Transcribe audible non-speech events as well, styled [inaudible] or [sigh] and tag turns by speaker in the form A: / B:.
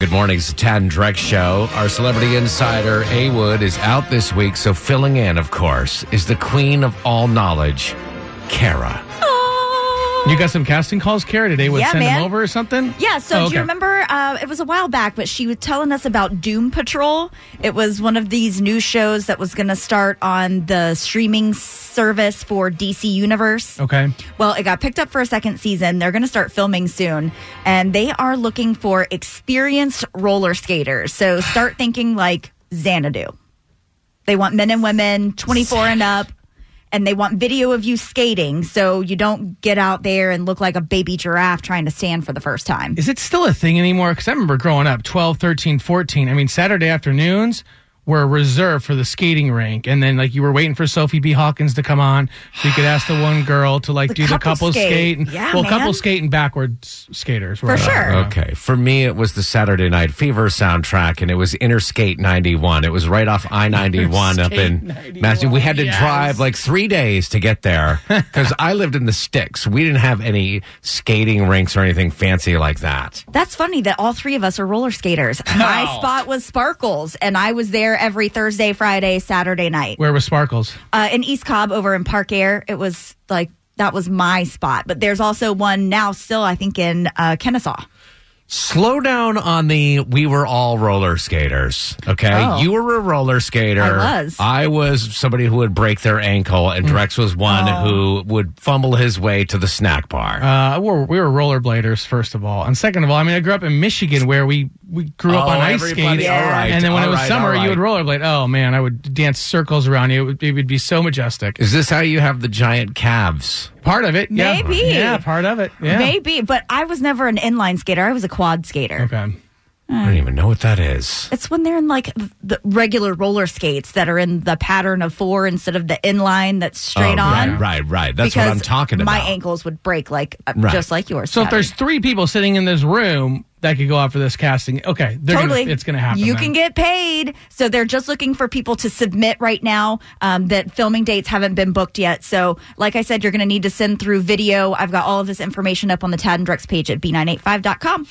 A: Good morning, it's the Tad and Drex Show. Our celebrity insider, A Wood, is out this week, so filling in, of course, is the queen of all knowledge, Kara.
B: You got some casting calls, Kara? Today would
C: Yeah,
B: send
C: man.
B: them over or something?
C: Yeah, so
B: Oh,
C: do you
B: okay.
C: remember? Uh, it was a while back, but she was telling us about Doom Patrol. It was one of these new shows that was going to start on the streaming service for DC Universe.
B: Okay.
C: Well, it got picked up for a second season. They're going to start filming soon, and they are looking for experienced roller skaters. So start thinking like Xanadu. They want men and women, 24 and up, and they want video of you skating so you don't get out there and look like a baby giraffe trying to stand for the first time.
B: Is it still a thing anymore? Because I remember growing up, 12, 13, 14. I mean, Saturday afternoons were reserved for the skating rink. And then, like, you were waiting for Sophie B. Hawkins to come on so you could ask the one girl to, like,
C: The
B: do the
C: couple
B: couple skate.
C: skate.
B: and,
C: Yeah,
B: well,
C: man.
B: couple skate and backwards skaters. were uh,
C: For
B: allowed.
C: sure.
A: Okay, for me, it was the Saturday Night Fever soundtrack, and it was Interskate 91. It was right off I 91 up in
B: Interstate
A: Massachusetts. We
B: 91,
A: had to
B: yes.
A: drive like three days to get
B: [laughs]
A: there because I lived in the sticks. We didn't have any skating rinks or anything fancy like that.
C: That's funny that all three of us are roller skaters. My
B: Wow.
C: spot was Sparkles, and I was there every Thursday, Friday, Saturday night.
B: Where was Sparkles?
C: Uh, in East Cobb over in Park Air, it was like that was my spot. But there's also one now, still, I think, in uh, Kennesaw.
A: slow down on the we were all roller skaters okay
C: Oh.
A: you were a roller skater
C: I was.
A: I was somebody who would break their ankle
B: Mm.
A: and drex was one
B: Oh.
A: who would fumble his way to the snack bar
B: Uh, we were, we were rollerbladers, first of all. And second of all, I mean, I grew up in Michigan where we, we grew up
A: Oh,
B: on ice
A: everybody-
B: skates.
A: all right,
B: and then when
A: all
B: it was
A: right, all
B: summer,
A: right.
B: you would rollerblade. Oh, man, I would dance circles around you. It would, it would be so majestic.
A: is this how you have the giant calves
B: Part of it. Yeah.
C: Maybe.
B: Yeah, part of it. Yeah.
C: Maybe, but I was never an inline skater. I was a quad skater.
B: Okay.
A: i
B: Hmm.
A: don't even know what that is
C: It's when they're in like the regular roller skates that are in the pattern of four instead of the inline that's straight
A: Oh,
C: on.
A: right right right that's
C: because
A: what i'm talking about
C: My ankles would break like uh,
A: Right.
C: just like yours.
B: So if
C: Patty.
B: there's three people sitting in this room that could go out for this casting, okay, they're
C: totally
B: gonna, it's going to happen.
C: you
B: then.
C: can get paid so they're just looking for people to submit right now um, that filming dates haven't been booked yet so like i said you're going to need to send through video i've got all of this information up on the tad and drex page at b985.com